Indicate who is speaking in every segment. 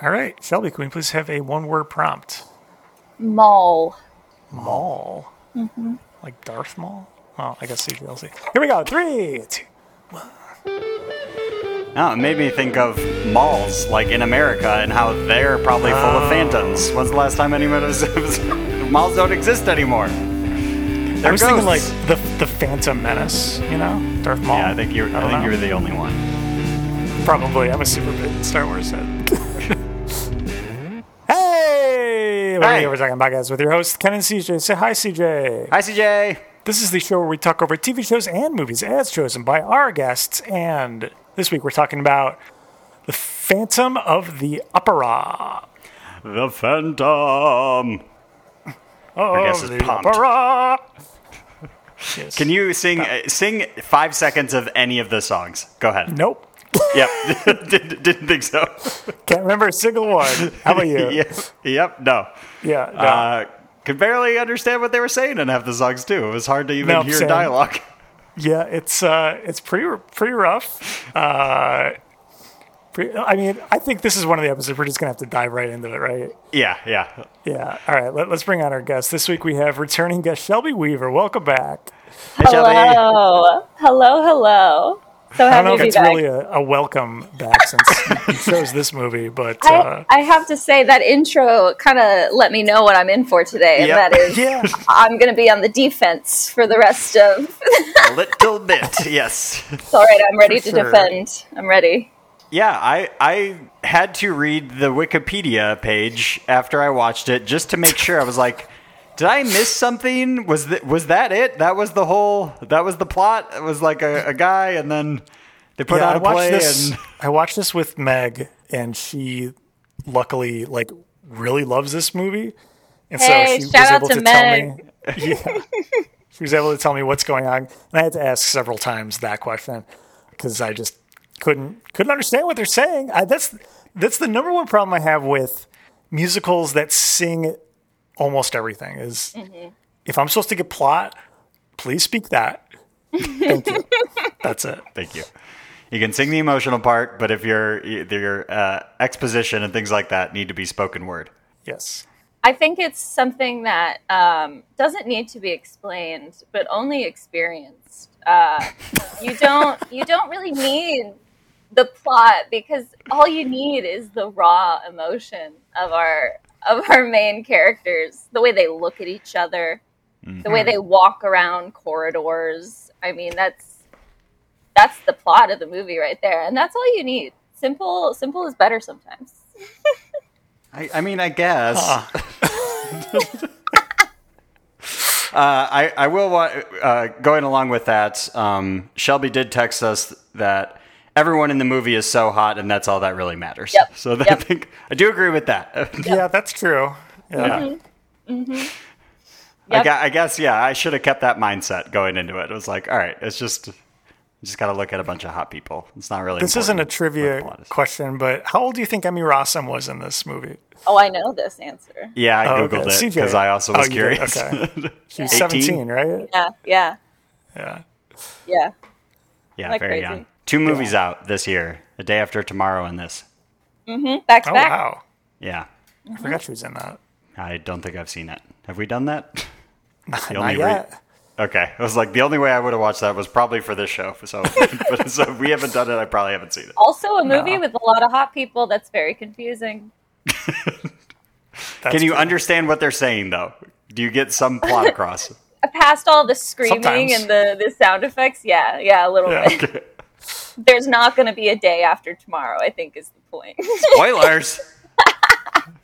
Speaker 1: All right, Shelby, can we please have a one word prompt?
Speaker 2: Maul.
Speaker 1: Maul. Mm-hmm. Like Darth Maul? Well, I guess CGLC. Here we go. Three, two.
Speaker 3: Oh, it made me think of malls, like in America, and how they're probably full
Speaker 1: Oh.
Speaker 3: of phantoms. When's the last time anyone was. malls don't exist anymore.
Speaker 1: I
Speaker 3: They're
Speaker 1: was thinking like
Speaker 3: ghosts.
Speaker 1: the the Phantom Menace, you know, Darth Maul.
Speaker 3: Yeah, I think you're. I,
Speaker 1: don't
Speaker 3: think
Speaker 1: know.
Speaker 3: you're the only one.
Speaker 1: Probably. I'm a super big Star Wars head. hey! Hey!
Speaker 3: Hey!
Speaker 1: We're talking podcast with your host, Ken and CJ. Say hi, CJ.
Speaker 3: Hi, CJ.
Speaker 1: This is the show where we talk over TV shows and movies as chosen by our guests. And this week we're talking about The Phantom of the Opera.
Speaker 3: The Phantom.
Speaker 1: Oh,
Speaker 3: guess it's
Speaker 1: the
Speaker 3: pumped.
Speaker 1: Opera. Yes.
Speaker 3: Can you sing? Uh, sing five seconds of any of the songs. Go ahead.
Speaker 1: Nope.
Speaker 3: Yep. didn't, didn't think so.
Speaker 1: Can't remember a single one. How about you?
Speaker 3: yep. Yep. No.
Speaker 1: Yeah, no.
Speaker 3: Uh, could barely understand what they were saying in half the songs too. It was hard to even
Speaker 1: Nope,
Speaker 3: hear
Speaker 1: same.
Speaker 3: dialogue.
Speaker 1: Yeah, it's uh, it's pretty pretty rough. Uh, pretty, I mean, I think this is one of the episodes we're just gonna have to dive right into it, right?
Speaker 3: Yeah. Yeah.
Speaker 1: Yeah. All right. Let, let's bring on our guest this week. We have returning guest Shelby Weaver. Welcome back.
Speaker 3: Hey, Shelby.
Speaker 2: Hello. Hello, hello. So
Speaker 1: I don't
Speaker 2: happy
Speaker 1: know
Speaker 2: to
Speaker 1: if
Speaker 2: be
Speaker 1: it's
Speaker 2: back.
Speaker 1: really a, a welcome back since it shows this movie, but uh,
Speaker 2: I, I have to say that intro kind of let me know what I'm in for today, and
Speaker 3: Yep.
Speaker 2: that is
Speaker 1: yeah,
Speaker 2: I'm going to be on the defense for the rest of.
Speaker 3: a little bit. Yes.
Speaker 2: it's all right. I'm ready
Speaker 1: For
Speaker 2: to
Speaker 1: sure.
Speaker 2: defend. I'm ready.
Speaker 3: Yeah, I I had to read the Wikipedia page after I watched it just to make sure. I was like, did I miss something? Was that was that it? That was the whole. That was the plot. It was like a, a guy, and then they put
Speaker 1: yeah.
Speaker 3: on
Speaker 1: I
Speaker 3: a
Speaker 1: watched
Speaker 3: play.
Speaker 1: this.
Speaker 3: And
Speaker 1: I watched this with Meg, and she luckily like really loves this movie, and so
Speaker 2: Hey,
Speaker 1: she was
Speaker 2: shout out
Speaker 1: able to,
Speaker 2: to
Speaker 1: tell
Speaker 2: Meg.
Speaker 1: me. Yeah, she was able to tell me what's going on, and I had to ask several times that question because I just couldn't couldn't understand what they're saying. I, that's that's the number one problem I have with musicals that sing almost everything is
Speaker 2: Mm-hmm.
Speaker 1: if I'm supposed to get plot, please speak that. Thank you. That's it.
Speaker 3: thank you. You can sing the emotional part, but if your your uh, exposition and things like that need to be spoken word.
Speaker 1: Yes.
Speaker 2: I think it's something that um, doesn't need to be explained, but only experienced. Uh, you don't you don't really need the plot because all you need is the raw emotion of our of our main characters, the way they look at each other, the way they walk around corridors. I mean, that's that's the plot of the movie right there, and that's all you need. Simple simple is better sometimes.
Speaker 3: I, I mean, I guess.
Speaker 1: Ah.
Speaker 3: Uh, I, I will want, uh, going along with that. Um, Shelby did text us that everyone in the movie is so hot, and that's all that really matters.
Speaker 2: Yep.
Speaker 3: So that, I
Speaker 2: Yep.
Speaker 3: think I do agree with that.
Speaker 1: Yeah, that's true. Yeah.
Speaker 3: I,
Speaker 2: Yep.
Speaker 3: gu- I guess yeah, I should have kept that mindset going into it. It was like, all right, it's just you just got to look at a bunch of hot people. It's not really
Speaker 1: This isn't a
Speaker 3: important what the
Speaker 1: trivia
Speaker 3: plot is.
Speaker 1: question, but how old do you think Emmy Rossum was in this movie?
Speaker 2: Oh, I know this answer.
Speaker 3: Yeah, I
Speaker 1: Oh,
Speaker 3: googled
Speaker 1: okay.
Speaker 3: it
Speaker 1: CJ.
Speaker 3: because I also
Speaker 1: Oh,
Speaker 3: was
Speaker 1: you did.
Speaker 3: curious.
Speaker 1: Okay. She was
Speaker 3: 18?
Speaker 1: 17, right?
Speaker 2: Yeah, yeah,
Speaker 1: Yeah.
Speaker 2: yeah.
Speaker 3: yeah,
Speaker 2: Like
Speaker 3: very
Speaker 2: crazy.
Speaker 3: young. Two movies out this year, the day after tomorrow, and this.
Speaker 2: Back to
Speaker 1: Oh,
Speaker 2: back.
Speaker 1: wow.
Speaker 3: Yeah,
Speaker 1: I forgot she was in that.
Speaker 3: I don't think I've seen it. Have we done that?
Speaker 1: Not,
Speaker 3: only re-
Speaker 1: yet.
Speaker 3: Okay, I was like the only way I would have watched that was probably for this show. So, but, so if we haven't done it. I probably haven't seen it.
Speaker 2: Also, a movie
Speaker 1: No.
Speaker 2: with a lot of hot people that's very confusing.
Speaker 1: That's
Speaker 3: Can you
Speaker 1: true.
Speaker 3: understand what they're saying though? Do you get some plot across?
Speaker 2: Uh, Past all the screaming
Speaker 1: Sometimes.
Speaker 2: and the, the sound effects, yeah, yeah, a little
Speaker 1: Yeah.
Speaker 2: bit. There's not going to be a day after tomorrow, I think, is the point.
Speaker 3: Spoilers.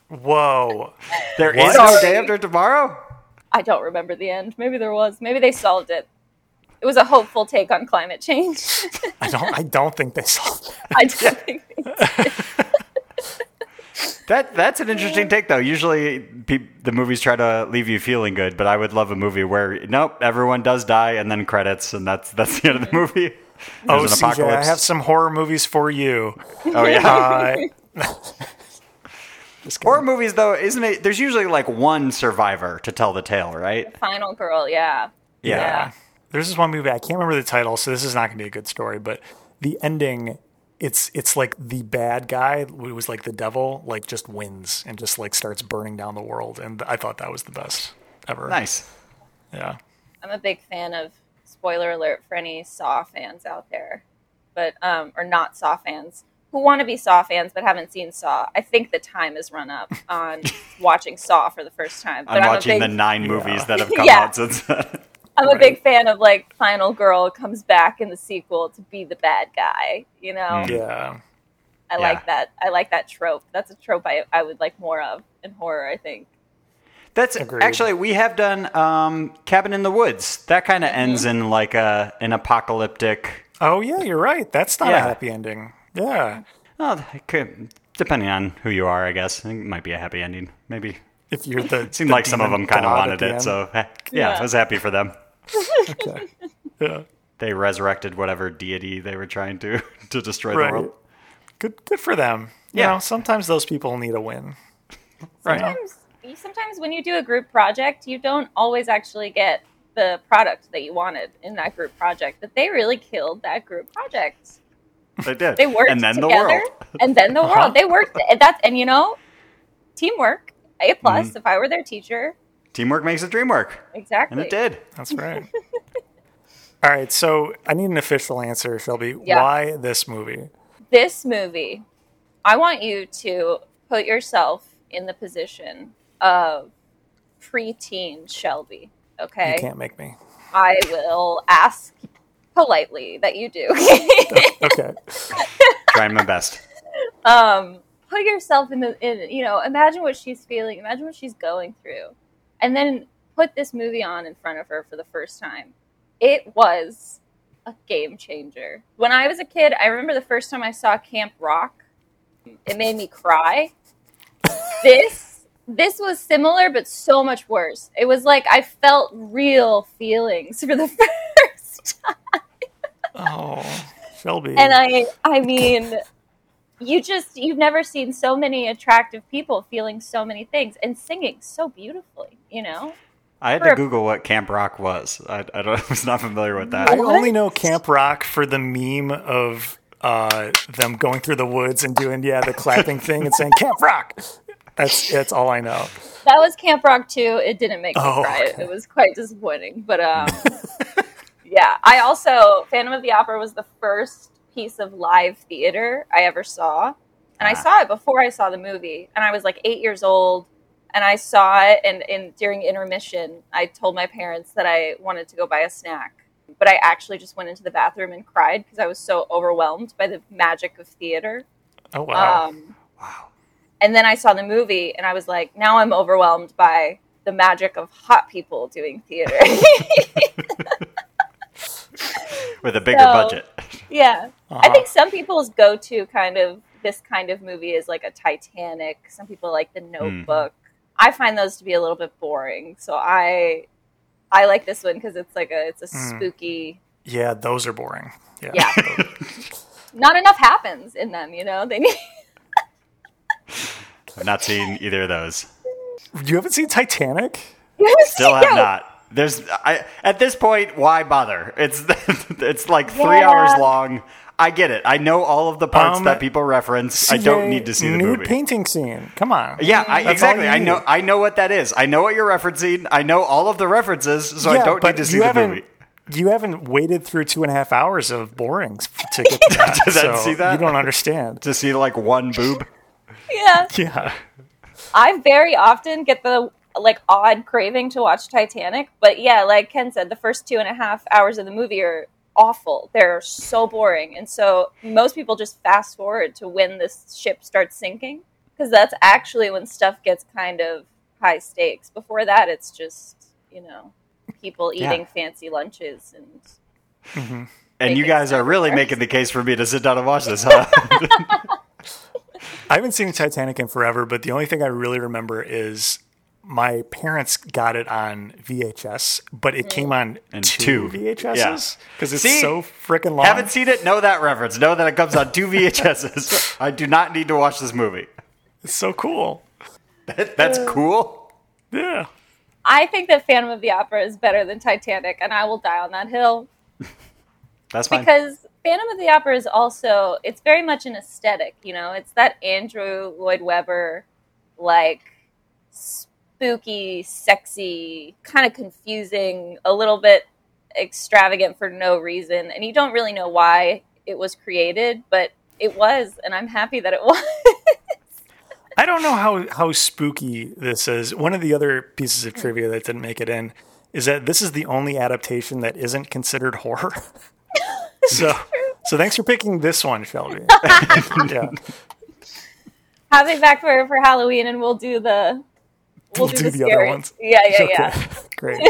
Speaker 1: Whoa.
Speaker 3: There is
Speaker 1: What?
Speaker 3: no
Speaker 2: Sorry.
Speaker 3: day after tomorrow.
Speaker 2: I don't remember the end. Maybe there was. Maybe they solved it. It was a hopeful take on climate change.
Speaker 1: I don't I don't think they saw that.
Speaker 2: I don't think they
Speaker 3: That that's an interesting take though. Usually pe- the movies try to leave you feeling good, but I would love a movie where nope, everyone does die and then credits, and that's that's the end of the movie. There's
Speaker 1: Oh, CJ, I have some horror movies for you.
Speaker 3: Oh yeah.
Speaker 1: Uh,
Speaker 3: Horror movies though, isn't it? There's usually like one survivor to tell the tale, right?
Speaker 2: Final girl, yeah.
Speaker 3: Yeah.
Speaker 1: There's this one movie I can't remember the title, so this is not going to be a good story. But the ending it's it's like the bad guy who was like the devil like just wins and just like starts burning down the world and I thought that was the best ever.
Speaker 3: Nice.
Speaker 1: Yeah.
Speaker 2: I'm a big fan of spoiler alert for any Saw fans out there, but um, or not Saw fans who want to be Saw fans but haven't seen Saw. I think the time has run up on watching Saw for the first time. But
Speaker 3: I'm
Speaker 2: a
Speaker 3: watching the
Speaker 2: big,
Speaker 3: nine movies that have come
Speaker 2: Yeah.
Speaker 3: out since. then.
Speaker 2: I'm a big fan of like Final Girl comes back in the sequel to be the bad guy. You know,
Speaker 3: Mm.
Speaker 1: Yeah.
Speaker 2: I
Speaker 3: Yeah.
Speaker 2: like that. I like that trope. That's a trope I, I would like more of in horror. I think.
Speaker 3: That's
Speaker 1: Agreed.
Speaker 3: actually we have done um, Cabin in the Woods. That kind of
Speaker 2: Mm-hmm.
Speaker 3: ends in like a an apocalyptic.
Speaker 1: Oh yeah, you're right. That's not a
Speaker 3: Yeah.
Speaker 1: happy ending. Yeah.
Speaker 3: Oh, it could, depending on who you are, I guess it might be a happy ending. Maybe
Speaker 1: If you're the
Speaker 3: seemed
Speaker 1: the
Speaker 3: like some of
Speaker 1: demon
Speaker 3: them kind of
Speaker 1: god at
Speaker 3: wanted
Speaker 1: the
Speaker 3: it.
Speaker 1: end.
Speaker 3: So eh, yeah,
Speaker 2: Yeah.
Speaker 3: I was happy for them.
Speaker 1: Okay. yeah.
Speaker 3: They resurrected whatever deity they were trying to to destroy the
Speaker 1: Right.
Speaker 3: world.
Speaker 1: Good good for them. You
Speaker 3: Yeah.
Speaker 1: know, sometimes those people need a win. Right.
Speaker 2: sometimes you- sometimes when you do a group project, you don't always actually get the product that you wanted in that group project. But they really killed that group project.
Speaker 3: They did.
Speaker 2: They worked
Speaker 3: and then
Speaker 2: together,
Speaker 3: the world. Uh-huh.
Speaker 2: and then the world. They worked, and that's and you know, teamwork. A plus. If I were their teacher,
Speaker 3: Teamwork makes the dream work,
Speaker 2: exactly.
Speaker 3: Mm-hmm. and it did.
Speaker 1: That's right. All right, so I need an official answer, Shelby.
Speaker 2: Yeah.
Speaker 1: Why this movie?
Speaker 2: This movie, I want you to put yourself in the position of preteen Shelby. Okay.
Speaker 1: You can't make me.
Speaker 2: I will ask politely that you do.
Speaker 1: Okay.
Speaker 3: Trying my best.
Speaker 2: um, put yourself in the, in, you know, imagine what she's feeling, imagine what she's going through, and then put this movie on in front of her for the first time. It was a game changer. When I was a kid, I remember the first time I saw Camp Rock. It made me cry. this this was similar but so much worse. It was like I felt real feelings for the first
Speaker 1: Oh, Shelby.
Speaker 2: and i i mean you just you've never seen so many attractive people feeling so many things and singing so beautifully you know
Speaker 3: I had
Speaker 2: For
Speaker 3: to
Speaker 2: a-
Speaker 3: Google what Camp Rock was. I, I, don't, I was not familiar with that.
Speaker 1: I
Speaker 2: What?
Speaker 1: only know Camp Rock for the meme of uh, them going through the woods and doing yeah the clapping thing and saying Camp Rock. That's that's all I know.
Speaker 2: that was camp rock too it didn't make me
Speaker 1: Oh,
Speaker 2: cry
Speaker 1: okay.
Speaker 2: it was quite disappointing but um yeah i also phantom of the opera was the first piece of live theater i ever saw and i
Speaker 3: Ah.
Speaker 2: saw it before i saw the movie and i was like eight years old and i saw it and, and during intermission i told my parents that i wanted to go buy a snack but i actually just went into the bathroom and cried because i was so overwhelmed by the magic of theater
Speaker 1: Oh wow.
Speaker 2: um, And then I saw the movie and I was like, now I'm overwhelmed by the magic of hot people doing theater.
Speaker 3: With a bigger
Speaker 2: So-
Speaker 3: budget.
Speaker 2: yeah.
Speaker 1: Uh-huh.
Speaker 2: I think some people's go to kind of this kind of movie is like a Titanic. Some people like
Speaker 3: Hmm.
Speaker 2: the notebook. I find those to be a little bit boring. So I I like this one because it's like a it's a
Speaker 3: Hmm.
Speaker 1: Mm.
Speaker 2: spooky
Speaker 1: yeah, those are boring. Yeah.
Speaker 2: yeah. Not enough happens in them, you know. They need
Speaker 3: I've not seen either of those.
Speaker 1: You haven't seen Titanic?
Speaker 3: Still have
Speaker 2: Yeah.
Speaker 3: not. There's I, at this point, why bother? It's it's like three
Speaker 2: Yeah.
Speaker 3: hours long. I get it. I know all of the parts
Speaker 1: Um,
Speaker 3: that people reference. I
Speaker 1: CJ,
Speaker 3: don't need to see the
Speaker 1: nude
Speaker 3: movie.
Speaker 1: painting scene. Come on.
Speaker 3: yeah, I,
Speaker 1: all
Speaker 3: exactly.
Speaker 1: you
Speaker 3: I know.
Speaker 1: need.
Speaker 3: I know what that is. I know what you're referencing. I know all of the references, so I
Speaker 1: Yeah,
Speaker 3: don't
Speaker 1: but
Speaker 3: need to see
Speaker 1: you
Speaker 3: the
Speaker 1: haven't-
Speaker 3: movie.
Speaker 1: You haven't waited through two and a half hours of boring to get to that.
Speaker 3: To
Speaker 1: so
Speaker 3: then see that?
Speaker 1: You don't understand.
Speaker 3: To see like one boob.
Speaker 2: Yeah.
Speaker 1: Yeah.
Speaker 2: I very often get the like odd craving to watch Titanic, but yeah, like Ken said, the first two and a half hours of the movie are awful. They're so boring, and so most people just fast forward to when this ship starts sinking because that's actually when stuff gets kind of high stakes. Before that, it's just you know people
Speaker 3: Yeah.
Speaker 2: eating fancy lunches and
Speaker 3: And you
Speaker 2: Making
Speaker 3: guys are really
Speaker 2: sense.
Speaker 3: making the case for me to sit down and watch this, huh?
Speaker 1: I haven't seen Titanic in forever, but the only thing I really remember is my parents got it on VHS, but it came on
Speaker 3: And
Speaker 1: two,
Speaker 3: two.
Speaker 1: VHSs because it's
Speaker 3: See?
Speaker 1: so freaking long.
Speaker 3: Haven't seen it? Know that reference. Know that it comes on two VHSs. I do not need to watch this movie.
Speaker 1: it's so cool.
Speaker 3: That's cool.
Speaker 1: Yeah.
Speaker 2: I think that Phantom of the Opera is better than Titanic, and I will die on that hill.
Speaker 3: That's fine.
Speaker 2: because Phantom of the Opera is also it's very much an aesthetic, you know. It's that Andrew Lloyd Webber like spooky, sexy, kind of confusing, a little bit extravagant for no reason, and you don't really know why it was created, but it was, and I'm happy that it was.
Speaker 1: I don't know how how spooky this is. One of the other pieces of trivia that didn't make it in is that this is the only adaptation that isn't considered horror. so so thanks for picking this one, Shelby. yeah.
Speaker 2: Have it back for for Halloween, and we'll do the
Speaker 1: We'll, do, the other
Speaker 2: scary-
Speaker 1: ones.
Speaker 2: Yeah, yeah,
Speaker 1: Okay.
Speaker 2: yeah.
Speaker 1: Great.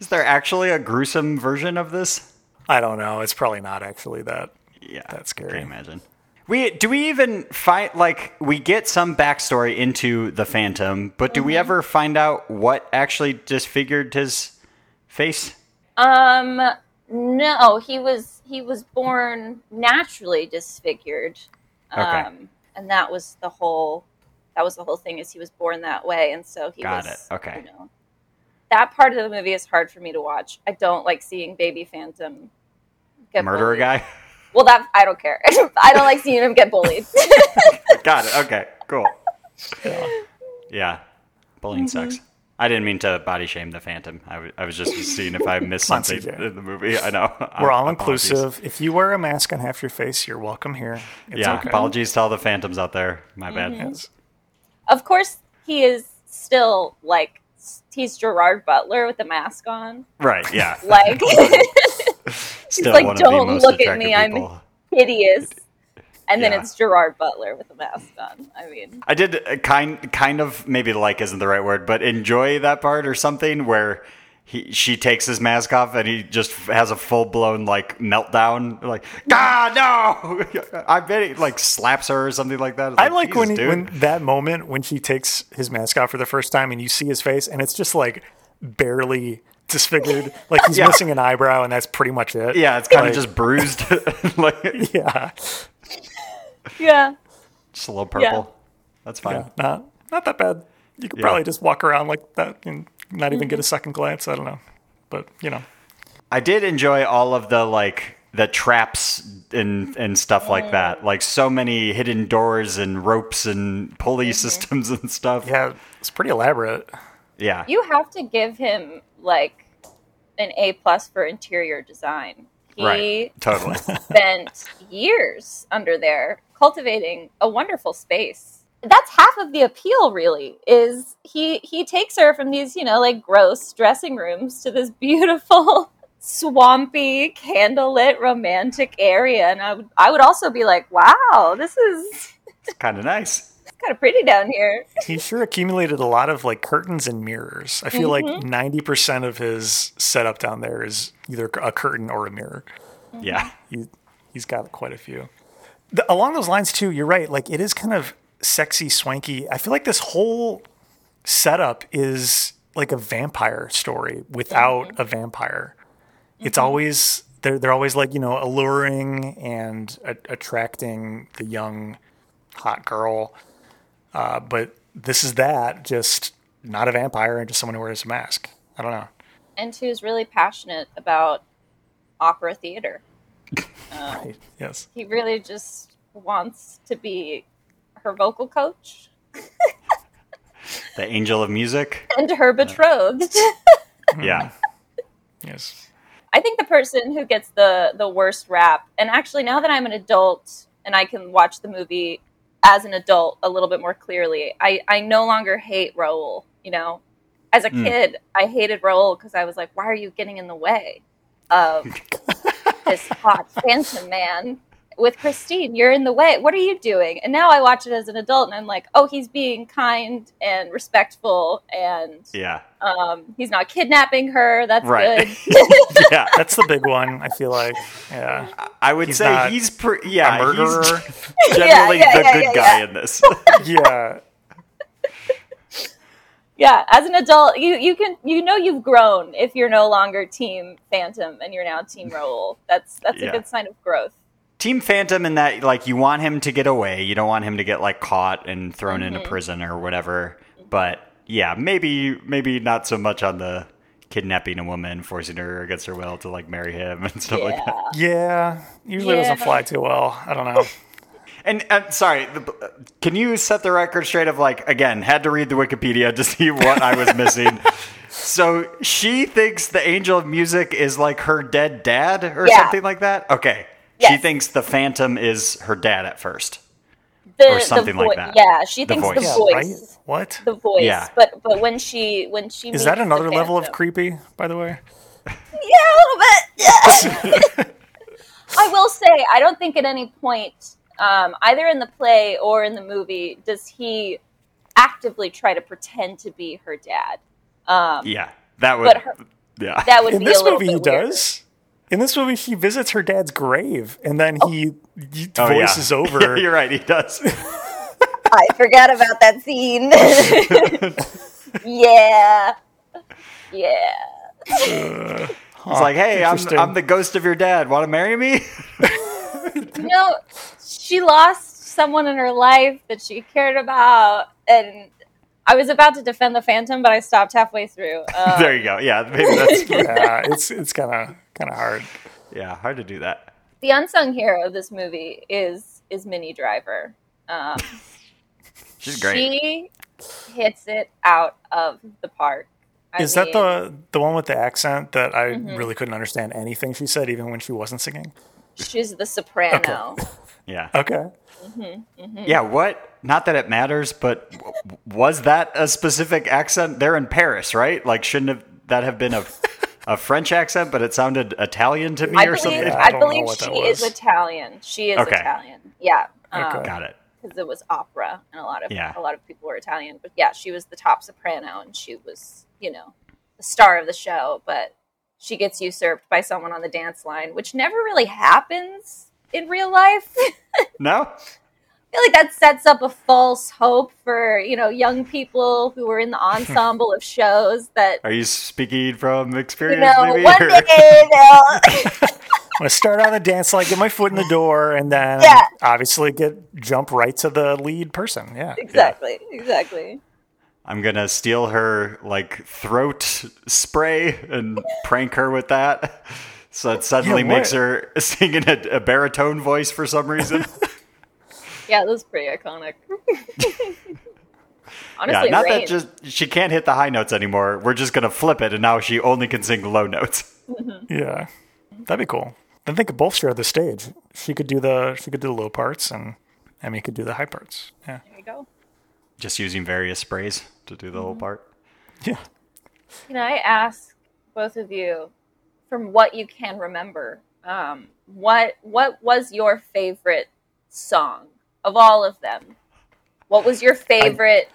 Speaker 3: Is there actually a gruesome version of this?
Speaker 1: I don't know. It's probably not actually that.
Speaker 3: Yeah,
Speaker 1: That's
Speaker 3: I
Speaker 1: scary.
Speaker 3: Can imagine? We do we even find like we get some backstory into the Phantom, but do we ever find out what actually disfigured his face?
Speaker 2: Um, no, he was he was born naturally disfigured.
Speaker 3: Okay.
Speaker 2: Um, and that was the whole that was the whole thing is he was born that way, and so he
Speaker 3: Got
Speaker 2: was,
Speaker 3: it. Okay.
Speaker 2: You know, that part of the movie is hard for me to watch. I don't like seeing baby Phantom get
Speaker 3: Murderer
Speaker 2: bullied.
Speaker 3: guy.
Speaker 2: Well, that I don't care. I don't like seeing him get bullied.
Speaker 3: Got it. Okay. Cool. Yeah. Bullying sucks. I didn't mean to body shame the Phantom. I wa- I was just seeing if I missed
Speaker 1: Come on,
Speaker 3: something
Speaker 1: CJ.
Speaker 3: in the movie. I know.
Speaker 1: We're all
Speaker 3: Apologies.
Speaker 1: inclusive. If you wear a mask on half your face, you're welcome here. It's
Speaker 3: yeah.
Speaker 1: okay.
Speaker 3: Apologies to all the Phantoms out there. My bad.
Speaker 1: Yes.
Speaker 2: of course, he is still like he's Gerard Butler with the mask on,
Speaker 3: Right. Yeah.
Speaker 2: like.
Speaker 3: Still
Speaker 2: like,
Speaker 3: one of
Speaker 2: "Don't
Speaker 3: the most
Speaker 2: look at
Speaker 3: attractive
Speaker 2: me, I'm-
Speaker 3: people.
Speaker 2: hideous. And then
Speaker 3: Yeah.
Speaker 2: it's Gerard Butler with a mask on. I mean,
Speaker 3: I did uh, kind kind of maybe like isn't the right word, but enjoy that part or something where he she takes his mask off and he just f- has a full blown like meltdown, like God no! I bet he like slaps her or something like that. It's
Speaker 1: I like when,
Speaker 3: "Jesus,
Speaker 1: he,
Speaker 3: dude."
Speaker 1: when that moment when she takes his mask off for the first time and you see his face and it's just like barely disfigured. Like he's
Speaker 3: Yeah.
Speaker 1: missing an eyebrow and that's pretty much it.
Speaker 3: yeah, it's kind
Speaker 1: Like,
Speaker 3: of just bruised, like
Speaker 1: yeah,
Speaker 2: yeah,
Speaker 3: just a little purple. That's fine.
Speaker 1: yeah, not not that bad. You could
Speaker 3: Yeah.
Speaker 1: probably just walk around like that and not even get a second glance. I don't know, but you know,
Speaker 3: I did enjoy all of the like the traps and and stuff like that. Like so many hidden doors and ropes and pulley
Speaker 2: Mm-hmm.
Speaker 3: systems and stuff.
Speaker 1: yeah, it's pretty elaborate.
Speaker 3: Yeah.
Speaker 2: you have to give him like an A plus for interior design. He
Speaker 3: right. Totally.
Speaker 2: spent years under there cultivating a wonderful space. That's half of the appeal, really. Is he he takes her from these you know like gross dressing rooms to this beautiful swampy candlelit romantic area, and I would I would also be like, wow, this is
Speaker 3: kind of nice.
Speaker 2: kind of pretty down here.
Speaker 1: He sure accumulated a lot of like curtains and mirrors. I feel like ninety percent of his setup down there is either a curtain or a mirror.
Speaker 2: Mm-hmm.
Speaker 3: Yeah.
Speaker 1: He, he's got quite a few. The, along those lines too, you're right. Like it is kind of sexy, swanky. I feel like this whole setup is like a vampire story without a vampire. It's always they're they're always like you know alluring and a- attracting the young hot girl, uh, but this is that just not a vampire and just someone who wears a mask. I don't know.
Speaker 2: and who's really passionate about opera theater.
Speaker 1: Right. Yes.
Speaker 2: He really just wants to be her vocal coach
Speaker 3: The angel of music.
Speaker 2: and her betrothed. Mm-hmm.
Speaker 3: Yeah.
Speaker 1: Yes.
Speaker 2: I think the person who gets the the worst rap, and actually now that I'm an adult and I can watch the movie as an adult a little bit more clearly, I I no longer hate Raul. You know, as a
Speaker 3: Mm.
Speaker 2: kid, I hated Raul because I was like, why are you getting in the way of this hot phantom man? With Christine, you're in the way. What are you doing? And now I watch it as an adult, and I'm like, oh, he's being kind and respectful, and
Speaker 3: Yeah.
Speaker 2: um, he's not kidnapping her. That's
Speaker 3: Right.
Speaker 2: good.
Speaker 3: yeah.
Speaker 1: That's the big one. I feel like. Yeah.
Speaker 3: I would
Speaker 1: He's
Speaker 3: say
Speaker 1: not
Speaker 3: he's pre- yeah,
Speaker 1: a murderer.
Speaker 3: he's generally
Speaker 2: Yeah, yeah,
Speaker 3: the
Speaker 2: yeah,
Speaker 3: good
Speaker 2: yeah,
Speaker 3: guy
Speaker 2: yeah.
Speaker 3: in this.
Speaker 1: yeah.
Speaker 2: yeah as an adult you you can you know you've grown if you're no longer team phantom and you're now team Raoul. that's that's
Speaker 3: Yeah.
Speaker 2: a good sign of growth
Speaker 3: Team Phantom in that like you want him to get away. You don't want him to get like caught and thrown
Speaker 2: Mm-hmm.
Speaker 3: into prison or whatever. But yeah, maybe maybe not so much on the kidnapping a woman, forcing her against her will to like marry him and stuff like that.
Speaker 2: Yeah.
Speaker 1: Yeah, usually doesn't
Speaker 2: Yeah.
Speaker 1: fly too well. I don't know.
Speaker 3: And uh, sorry, the, can you set the record straight? Of like again, had to read the Wikipedia to see what I was missing. so she thinks the angel of music is like her dead dad or
Speaker 2: Yeah.
Speaker 3: something like that. Okay, she
Speaker 2: Yes.
Speaker 3: thinks the phantom is her dad at first.
Speaker 2: The,
Speaker 3: Or something like
Speaker 2: voi-
Speaker 3: that.
Speaker 2: Yeah, she
Speaker 3: The
Speaker 2: thinks the
Speaker 3: voice.
Speaker 1: Yeah,
Speaker 2: voice,
Speaker 1: right? What
Speaker 2: the voice.
Speaker 3: Yeah.
Speaker 2: But but when she when she
Speaker 1: is that
Speaker 2: meets the
Speaker 1: another level of
Speaker 2: phantom-
Speaker 1: creepy? By the way,
Speaker 2: Yeah, a little bit. Yeah. I will say, I don't think at any point, um, either in the play or in the movie, does he actively try to pretend to be her dad. Um,
Speaker 3: Yeah, that would.
Speaker 2: But her-
Speaker 3: yeah,
Speaker 2: That would
Speaker 1: in
Speaker 2: be
Speaker 1: this
Speaker 2: a little
Speaker 1: movie he
Speaker 2: bit weird.
Speaker 1: does. In this movie, he visits her dad's grave, and then he, he
Speaker 3: Oh, yeah.
Speaker 1: voices over.
Speaker 3: You're right. He does.
Speaker 2: I forgot about that scene. yeah. Yeah.
Speaker 3: It's like, hey, I'm,
Speaker 1: Interesting.
Speaker 3: I'm the ghost of your dad. Want to marry me?
Speaker 2: You know, she lost someone in her life that she cared about. And I was about to defend the Phantom, but I stopped halfway through. Um,
Speaker 3: there you go. Yeah, maybe that's
Speaker 1: yeah, it's it's kind of kind of hard.
Speaker 3: yeah hard to do that.
Speaker 2: the unsung hero of this movie is is Minnie Driver. Um,
Speaker 3: She's great.
Speaker 2: She hits it out of the park. I
Speaker 1: is that
Speaker 2: mean, Mm-hmm.
Speaker 1: the the one with the accent that I really couldn't understand anything she said, even when she wasn't singing?
Speaker 2: She's the soprano.
Speaker 3: yeah,
Speaker 1: Okay,
Speaker 3: yeah. What? Not that it matters, but w- was that a specific accent? They're in Paris, right? Like, shouldn't have that have been a a French accent? But it sounded Italian to me,
Speaker 2: I
Speaker 3: or
Speaker 2: believe,
Speaker 3: something.
Speaker 1: Yeah, I
Speaker 2: I
Speaker 1: don't know
Speaker 2: believe
Speaker 1: what that
Speaker 2: she
Speaker 1: was.
Speaker 2: is Italian. She is
Speaker 3: Okay.
Speaker 2: Italian. Yeah. Because
Speaker 1: Okay.
Speaker 3: Got it.
Speaker 2: it was opera, and a lot of
Speaker 3: Yeah.
Speaker 2: a lot of people were Italian. But yeah, she was the top soprano, and she was you know the star of the show. But she gets usurped by someone on the dance line, which never really happens in real life.
Speaker 3: No.
Speaker 2: I feel like that sets up a false hope for you know young people who were in the ensemble of shows that
Speaker 3: Are you speaking from
Speaker 2: you
Speaker 3: experience?
Speaker 2: know
Speaker 3: maybe?
Speaker 2: one
Speaker 3: or-
Speaker 2: day they'll
Speaker 1: I'm gonna start on the dance like get my foot in the door, and then
Speaker 2: Yeah.
Speaker 1: obviously get jump right to the lead person. Yeah,
Speaker 2: exactly exactly
Speaker 3: I'm gonna steal her like throat spray and prank her with that. So it suddenly
Speaker 1: Yeah, what?
Speaker 3: makes her sing in a, a baritone voice for some reason.
Speaker 2: yeah that was pretty iconic.
Speaker 3: yeah,
Speaker 2: Honestly,
Speaker 3: not
Speaker 2: Rain.
Speaker 3: that just she can't hit the high notes anymore. We're just gonna flip it, and now she only can sing low notes.
Speaker 1: yeah, that'd be cool. Then they could both share the stage. She could do the she could do the low parts, and Emmy could do the high parts. Yeah,
Speaker 2: there you go.
Speaker 3: Just using various sprays to do the
Speaker 1: Mm-hmm.
Speaker 3: whole part.
Speaker 1: yeah.
Speaker 2: Can I ask both of you, from what you can remember, um, what what was your favorite song of all of them? What was your favorite?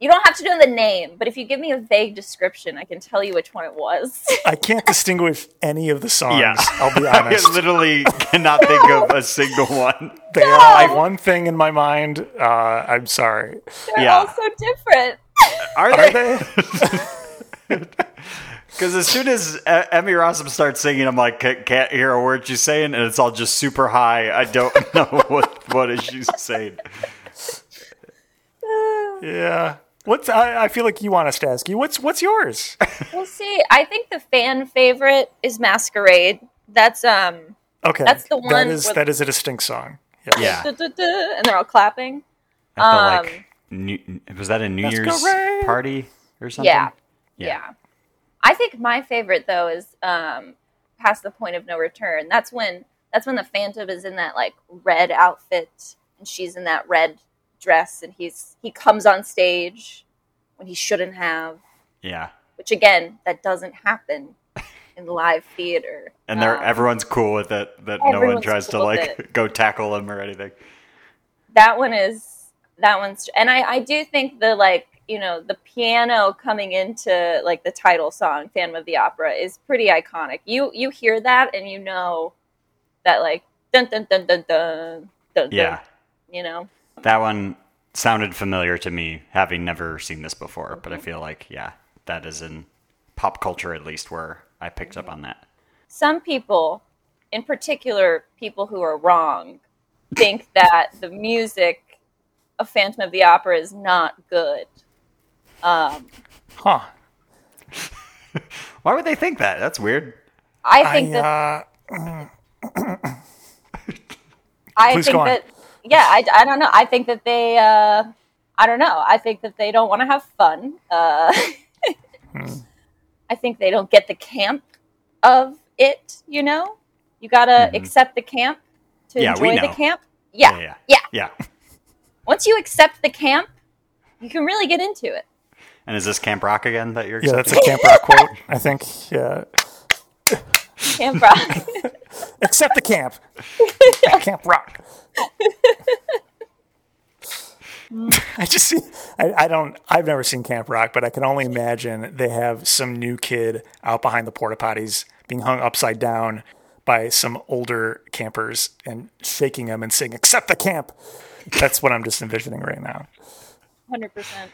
Speaker 2: you don't have to know the name, but if you give me a vague description, I can tell you which one it was.
Speaker 1: I can't distinguish any of the songs.
Speaker 3: Yeah.
Speaker 1: I'll be
Speaker 3: I
Speaker 1: honest.
Speaker 3: literally cannot think of a single one.
Speaker 1: They are one thing in my mind. Uh, I'm sorry.
Speaker 2: They're
Speaker 3: Yeah.
Speaker 2: all so different.
Speaker 3: Are
Speaker 1: Are
Speaker 3: they?
Speaker 1: they?
Speaker 3: Because as soon as uh, Emmy Rossum starts singing, I'm like, "Ca- can't hear a word she's saying, and it's all just super high. I don't know what what is she saying.
Speaker 1: Yeah. What's I, I feel like you want us to ask you what's what's yours?
Speaker 2: we'll see. I think the fan favorite is Masquerade. That's um,
Speaker 1: Okay,
Speaker 2: That's the
Speaker 1: That
Speaker 2: one
Speaker 1: is
Speaker 2: with-
Speaker 1: that is a distinct song. Yeah.
Speaker 3: Yeah,
Speaker 2: duh, duh, duh, and they're all clapping.
Speaker 3: I feel
Speaker 2: Um,
Speaker 3: like New, was that a New
Speaker 1: Let's go
Speaker 3: Year's
Speaker 1: rave.
Speaker 3: party or something?
Speaker 2: Yeah.
Speaker 3: Yeah.
Speaker 2: yeah. I think my favorite though is um past the point of no return. That's when that's when the phantom is in that like red outfit and she's in that red dress and he's he comes on stage when he shouldn't have,
Speaker 3: yeah.
Speaker 2: which again, that doesn't happen in live theater.
Speaker 3: And they're,
Speaker 2: Um,
Speaker 3: everyone's cool with it. That no one
Speaker 2: everyone's
Speaker 3: tries to
Speaker 2: cool with
Speaker 3: like go tackle him or anything.
Speaker 2: that one is that one's and I I do think the like you know the piano coming into like the title song Phantom of the Opera is pretty iconic. You you hear that and you know that like dun dun dun dun dun dun.
Speaker 3: Yeah,
Speaker 2: Dun, you know.
Speaker 3: that one sounded familiar to me, having never seen this before. But I feel like, yeah, that is in pop culture at least where I picked up on that.
Speaker 2: Some people, in particular people who are wrong, think that the music of Phantom of the Opera is not good. Um
Speaker 1: Huh.
Speaker 3: Why would they think that? That's weird.
Speaker 2: I think that
Speaker 1: uh,
Speaker 2: I
Speaker 1: Please
Speaker 2: think
Speaker 1: go on.
Speaker 2: that yeah, I, I don't know. I think that they uh, I don't know. I think that they don't want to have fun. Uh, I think they don't get the camp of it. You know, you gotta accept the camp to
Speaker 3: Yeah, we
Speaker 2: enjoy the
Speaker 3: know.
Speaker 2: camp. Yeah. Yeah,
Speaker 3: yeah. Yeah.
Speaker 2: Once you accept the camp, you can really get into it.
Speaker 3: And is this Camp Rock again that you're
Speaker 1: yeah,
Speaker 3: accepting?
Speaker 1: that's a Camp Rock quote. I think. Yeah.
Speaker 2: Camp rock.
Speaker 1: Except the camp. camp Rock. I just see. I, I don't. I've never seen Camp Rock, but I can only imagine they have some new kid out behind the porta potties being hung upside down by some older campers and shaking them and saying, "Accept the camp." That's what I'm just envisioning right now.
Speaker 2: Hundred percent.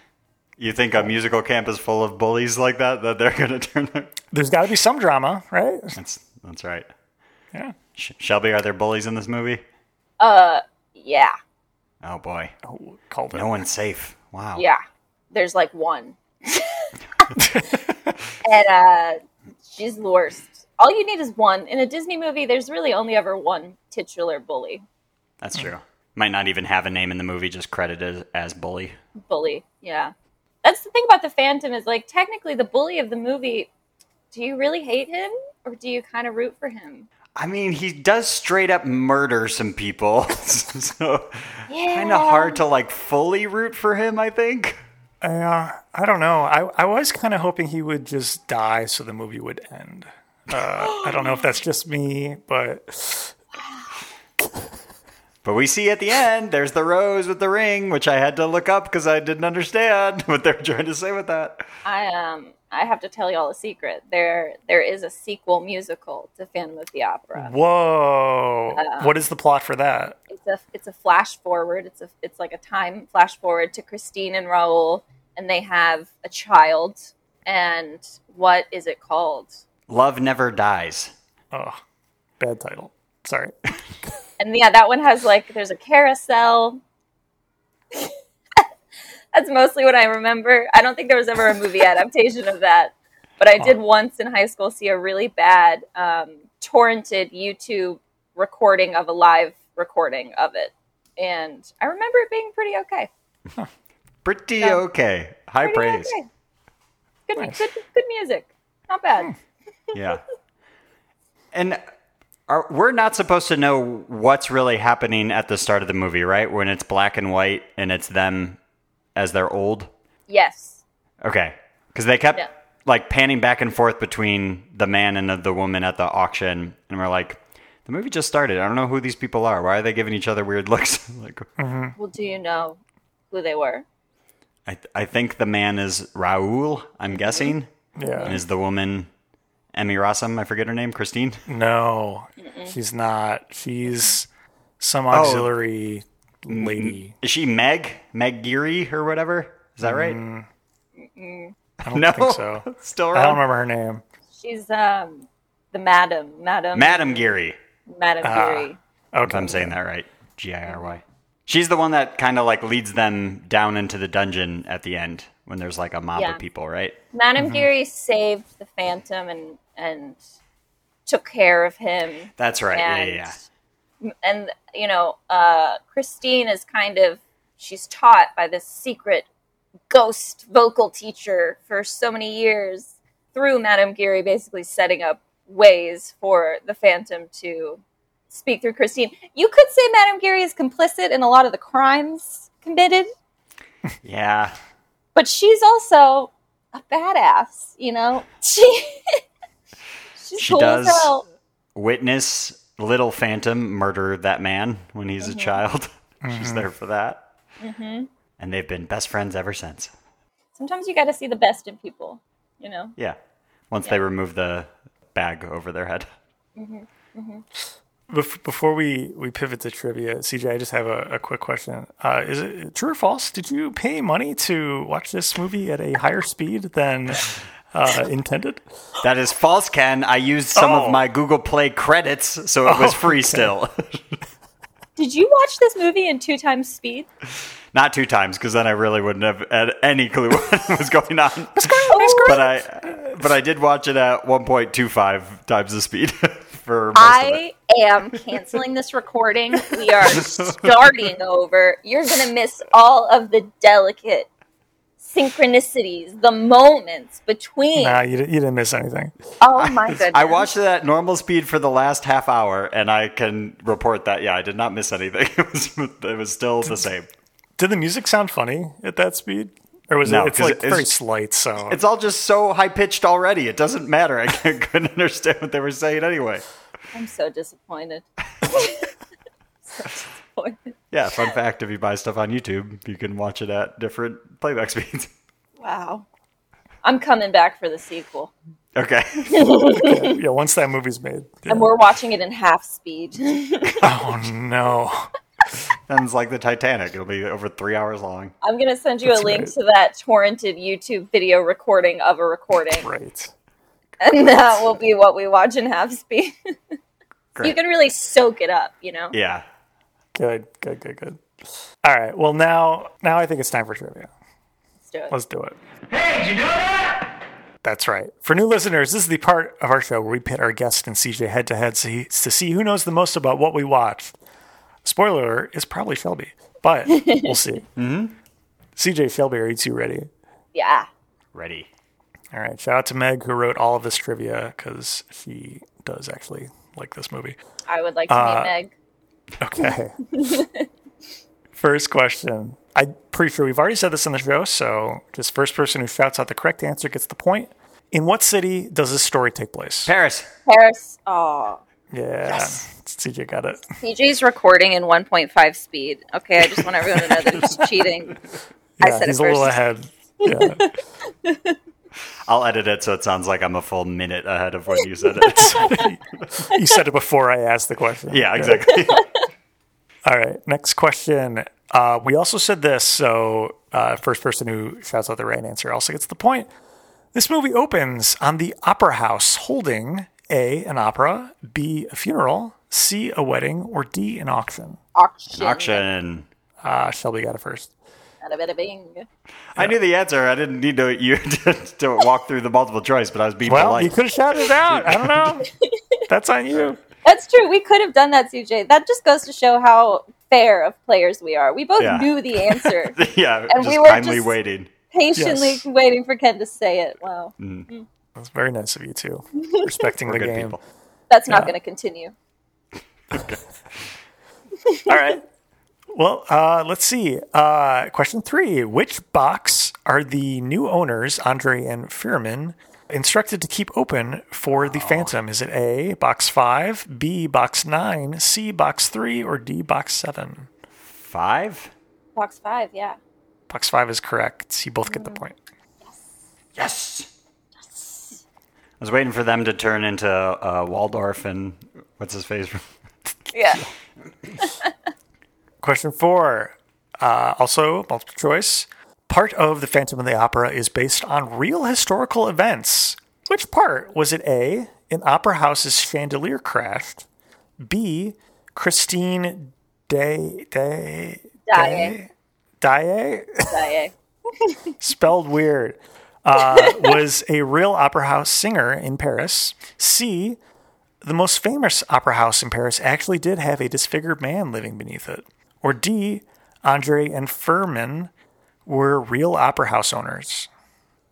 Speaker 3: You think a musical camp is full of bullies like that that they're going to turn their
Speaker 1: There's got to be some drama, right?
Speaker 3: That's that's right.
Speaker 1: Yeah.
Speaker 3: Sh- Shelby, are there bullies in this movie?
Speaker 2: Yeah,
Speaker 3: Oh boy.
Speaker 1: Oh, called it.
Speaker 3: No one's safe. Wow.
Speaker 2: yeah. There's like one, and uh, she's the worst. All you need is one. In a Disney movie, there's really only ever one titular bully.
Speaker 3: That's true. Might not even have a name in the movie, just credited as bully.
Speaker 2: bully. Yeah. That's the thing about the Phantom is like technically the bully of the movie. Do you really hate him or do you kind of root for him?
Speaker 3: I mean, he does straight up murder some people. so
Speaker 2: Yeah.
Speaker 3: kind of hard to like fully root for him, I think.
Speaker 1: Yeah, I don't know. I, I was kind of hoping he would just die so the movie would end. Uh, I don't know if that's just me, but
Speaker 3: But we see at the end, there's the rose with the ring, which I had to look up because I didn't understand what they were trying to say with that.
Speaker 2: I um I have to tell you all a secret. There there is a sequel musical to Phantom of the Opera.
Speaker 1: whoa. what is the plot for that?
Speaker 2: It's a it's a flash forward. It's a it's like a time flash forward to Christine and Raoul and they have a child and what is it called?
Speaker 3: Love never dies.
Speaker 1: Oh, bad title. Sorry.
Speaker 2: And yeah, that one has like there's a carousel. That's mostly what I remember. I don't think there was ever a movie adaptation of that, but I did once in high school see a really bad um, torrented YouTube recording of a live recording of it, and I remember it being pretty okay.
Speaker 3: Pretty
Speaker 2: Yeah.
Speaker 3: okay. High
Speaker 2: Pretty
Speaker 3: praise.
Speaker 2: okay. Good,
Speaker 1: Nice.
Speaker 2: good, good music. Not bad.
Speaker 3: Yeah. And are, we're not supposed to know what's really happening at the start of the movie, right? When it's black and white and it's them as they're old.
Speaker 2: Yes.
Speaker 3: Okay. Because they kept
Speaker 2: Yeah.
Speaker 3: like panning back and forth between the man and the, the woman at the auction. And we're like, the movie just started. I don't know who these people are. Why are they giving each other weird looks? like,
Speaker 2: Well, do you know who they were?
Speaker 3: I, I think the man is Raul, I'm guessing. And
Speaker 1: Yeah.
Speaker 3: is the woman Emmy Rossum? I forget her name. Christine?
Speaker 1: No, she's not. She's some
Speaker 3: Oh.
Speaker 1: auxiliary lady.
Speaker 3: Is she Meg? Meg Geary or whatever? Is that right?
Speaker 1: Mm, I don't
Speaker 3: No.
Speaker 1: think so.
Speaker 3: Still
Speaker 1: I don't
Speaker 3: wrong.
Speaker 1: remember her name.
Speaker 2: She's um the madam, madam,
Speaker 3: Madam Geary,
Speaker 2: madam Curie.
Speaker 3: if I'm saying that right. G I R Y. She's the one that kind of like leads them down into the dungeon at the end when there's like a mob
Speaker 2: Yeah.
Speaker 3: of people, right?
Speaker 2: Madame Geary saved the Phantom and and took care of him,
Speaker 3: That's right. Yeah,
Speaker 2: and
Speaker 3: yeah, yeah.
Speaker 2: and you know uh, Christine is kind of she's taught by this secret ghost vocal teacher for so many years through Madame Geary, basically setting up ways for the Phantom to speak through Christine. You could say Madame Geary is complicit in a lot of the crimes committed
Speaker 3: Yeah.
Speaker 2: but she's also a badass, you know. She she's
Speaker 3: She
Speaker 2: cool as
Speaker 3: does.
Speaker 2: hell.
Speaker 3: Witness little phantom murder that man when he's a child. She's there for that. And they've been best friends ever since.
Speaker 2: Sometimes you got to see the best in people, you know.
Speaker 3: Yeah. Once they remove the bag over their head.
Speaker 1: Bef- Before we, we pivot to trivia, CJ, I just have a, a quick question. Uh, is it true or false? Did you pay money to watch this movie at a higher speed than uh, intended?
Speaker 3: That is false, Ken. I used some
Speaker 1: Oh.
Speaker 3: of my Google Play credits, so it was free still.
Speaker 2: Did you watch this movie in two times speed?
Speaker 3: Not
Speaker 2: Oh,
Speaker 3: two times, because then I really wouldn't have had any clue what was going on. but I, but I did watch it at 1.25 times the speed for most of it.
Speaker 2: I am canceling this recording. We are starting over. You're going to miss all of the delicate synchronicities, the moments between.
Speaker 1: Nah, you, di- you didn't miss anything.
Speaker 2: Oh my goodness.
Speaker 3: I watched it at normal speed for the last half hour, and I can report that yeah, I did not miss anything. It was it was still the same.
Speaker 1: Did the music sound funny at that speed? Or was
Speaker 3: No,
Speaker 1: it? It's
Speaker 3: 'cause
Speaker 1: like
Speaker 3: it's-
Speaker 1: very slight. So
Speaker 3: It's all just so high pitched already. It doesn't matter. I couldn't understand what they were saying anyway.
Speaker 2: I'm so disappointed. so disappointed.
Speaker 3: Yeah, fun fact: if you buy stuff on YouTube, you can watch it at different playback speeds.
Speaker 2: Wow. I'm coming back for the sequel.
Speaker 3: Okay,
Speaker 1: yeah, once that movie's made. Yeah.
Speaker 2: And we're watching it in half speed.
Speaker 1: Oh no!
Speaker 3: sounds like the Titanic. It'll be over three hours long.
Speaker 2: I'm going to send you a
Speaker 1: That's
Speaker 2: link
Speaker 1: right.
Speaker 2: to that torrented YouTube video recording of a recording.
Speaker 1: Right.
Speaker 2: And that will be what we watch in half speed. you
Speaker 3: Great.
Speaker 2: can really soak it up, you know?
Speaker 3: Yeah.
Speaker 1: Good. Good. Good. Good. All right. Well, now now I think it's time for trivia.
Speaker 2: Let's do it.
Speaker 1: Let's do it. Hey, did you know that? That's right. For new listeners, this is the part of our show where we pit our guest and CJ head to head to see who knows the most about what we watched. Spoiler alert, it's probably Shelby, but we'll see. mm-hmm. CJ, Shelby, are you two ready?
Speaker 2: Yeah.
Speaker 3: Ready.
Speaker 1: All right. Shout out to Meg who wrote all of this trivia because she does actually like this movie.
Speaker 2: I would like to
Speaker 1: uh,
Speaker 2: meet Meg.
Speaker 1: Okay. first question. I'm pretty sure we've already said this in the show, so just first person who shouts out the correct answer gets the point. In what city does this story take place?
Speaker 3: Paris.
Speaker 2: Paris. Oh.
Speaker 1: Yeah. CJ got it.
Speaker 2: CJ's recording in 1.5 speed. Okay, I just want everyone to know that he's cheating. I
Speaker 1: Yeah,
Speaker 2: said it
Speaker 1: he's a little
Speaker 2: first.
Speaker 1: ahead. Yeah.
Speaker 3: I'll edit it so it sounds like I'm a full minute ahead of when you said it.
Speaker 1: you said it before I asked the question.
Speaker 3: yeah, exactly.
Speaker 1: All right. Next question. Uh, we also said this, so uh, first person who shouts out the right answer also gets the point. This movie opens on the Opera House holding A, an opera, B, a funeral, C, a wedding, or D, an auction.
Speaker 2: Auction.
Speaker 3: Auction.
Speaker 1: Uh, Shelby got it first.
Speaker 2: Bada bada bing.
Speaker 3: I knew the answer. I didn't need to you to, to walk through the multiple choice, but I was being
Speaker 1: Well, you
Speaker 3: polite.
Speaker 1: could have shouted it out. I don't know. That's on you.
Speaker 2: That's true. We could have done that, CJ. That just goes to show how fair of players we are. We both
Speaker 3: Yeah.
Speaker 2: knew the answer,
Speaker 3: yeah,
Speaker 2: And
Speaker 3: just
Speaker 2: we were
Speaker 3: kindly
Speaker 2: just-
Speaker 3: waiting.
Speaker 2: patiently
Speaker 1: Yes.
Speaker 2: waiting for Ken to say it. Wow.
Speaker 1: That's very nice of you two, respecting the
Speaker 3: We're good
Speaker 1: game.
Speaker 3: people.
Speaker 2: That's not
Speaker 1: Yeah.
Speaker 2: going to continue.
Speaker 1: All right. Well, uh, let's see. Uh, question three Which box are the new owners, Andre and Fearman, instructed to keep open for the Phantom? Is it A, box five, B, box nine, C, box three, or D, box seven?
Speaker 3: Five.
Speaker 2: Box five, yeah.
Speaker 1: Box five is correct. You both get the point.
Speaker 3: Yes. I was waiting for them to turn into uh, Waldorf and what's his face?
Speaker 2: Yeah.
Speaker 1: Question four, uh, also multiple choice. Part of The Phantom of the Opera is based on real historical events. Which part? Was it A, an opera house's chandelier crashed? B, Christine Day. Day.
Speaker 2: Daae.
Speaker 1: Daae?
Speaker 2: Daae.
Speaker 1: Spelled weird. Uh, was a real opera house singer in Paris. C, the most famous opera house in Paris actually did have a disfigured man living beneath it. Or D, Andre and Furman were real opera house owners.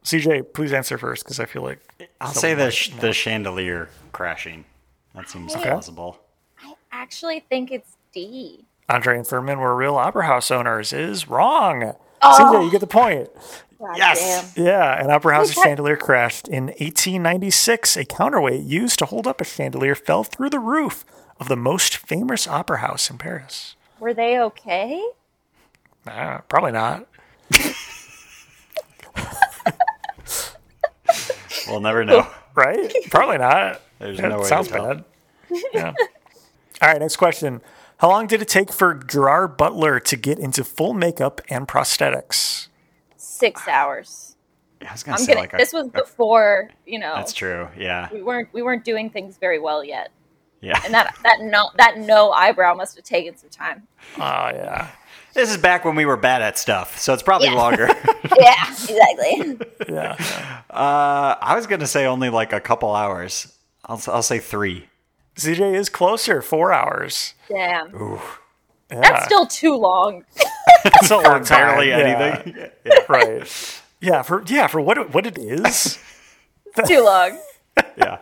Speaker 1: CJ, please answer first because I feel like
Speaker 3: I'll say the sh- the chandelier crashing. That seems plausible.
Speaker 2: I actually think it's D.
Speaker 1: Andre and Furman were real opera house owners is wrong.
Speaker 2: Oh.
Speaker 1: CJ, you get the point.
Speaker 2: God
Speaker 3: Yes.
Speaker 1: Yeah, an opera house
Speaker 2: that-
Speaker 1: chandelier crashed in 1896. A counterweight used to hold up a chandelier fell through the roof of the most famous opera house in Paris.
Speaker 2: damn. Were they okay?
Speaker 1: Uh, probably not.
Speaker 3: We'll never know.
Speaker 1: right? Probably not.
Speaker 3: There's
Speaker 1: That
Speaker 3: no way to
Speaker 1: sounds
Speaker 3: tell.
Speaker 1: bad. Yeah. All right, next question. How long did it take for Gerard Butler to get into full makeup and prosthetics?
Speaker 2: Six hours.
Speaker 3: I was gonna
Speaker 2: I'm
Speaker 3: say
Speaker 2: gonna.
Speaker 3: like a-
Speaker 2: this was
Speaker 3: a-
Speaker 2: before you know.
Speaker 3: that's true. Yeah,
Speaker 2: We weren't we weren't doing things very well yet,
Speaker 3: yeah.
Speaker 2: and that that no that no eyebrow must have taken some time.
Speaker 1: Oh yeah.
Speaker 3: This is back when we were bad at stuff, so it's probably
Speaker 2: Yeah.
Speaker 3: longer.
Speaker 2: yeah, exactly.
Speaker 1: Yeah.
Speaker 3: Uh, I was gonna say only like a couple hours. I'll I'll say three.
Speaker 1: ZJ is closer, four hours.
Speaker 2: Damn.
Speaker 1: Yeah.
Speaker 2: That's still too long.
Speaker 1: That's a long time.
Speaker 3: Barely
Speaker 1: Yeah.
Speaker 3: anything. Yeah.
Speaker 1: Right. Yeah, for yeah, for what it, what it is.
Speaker 2: too long.
Speaker 3: yeah.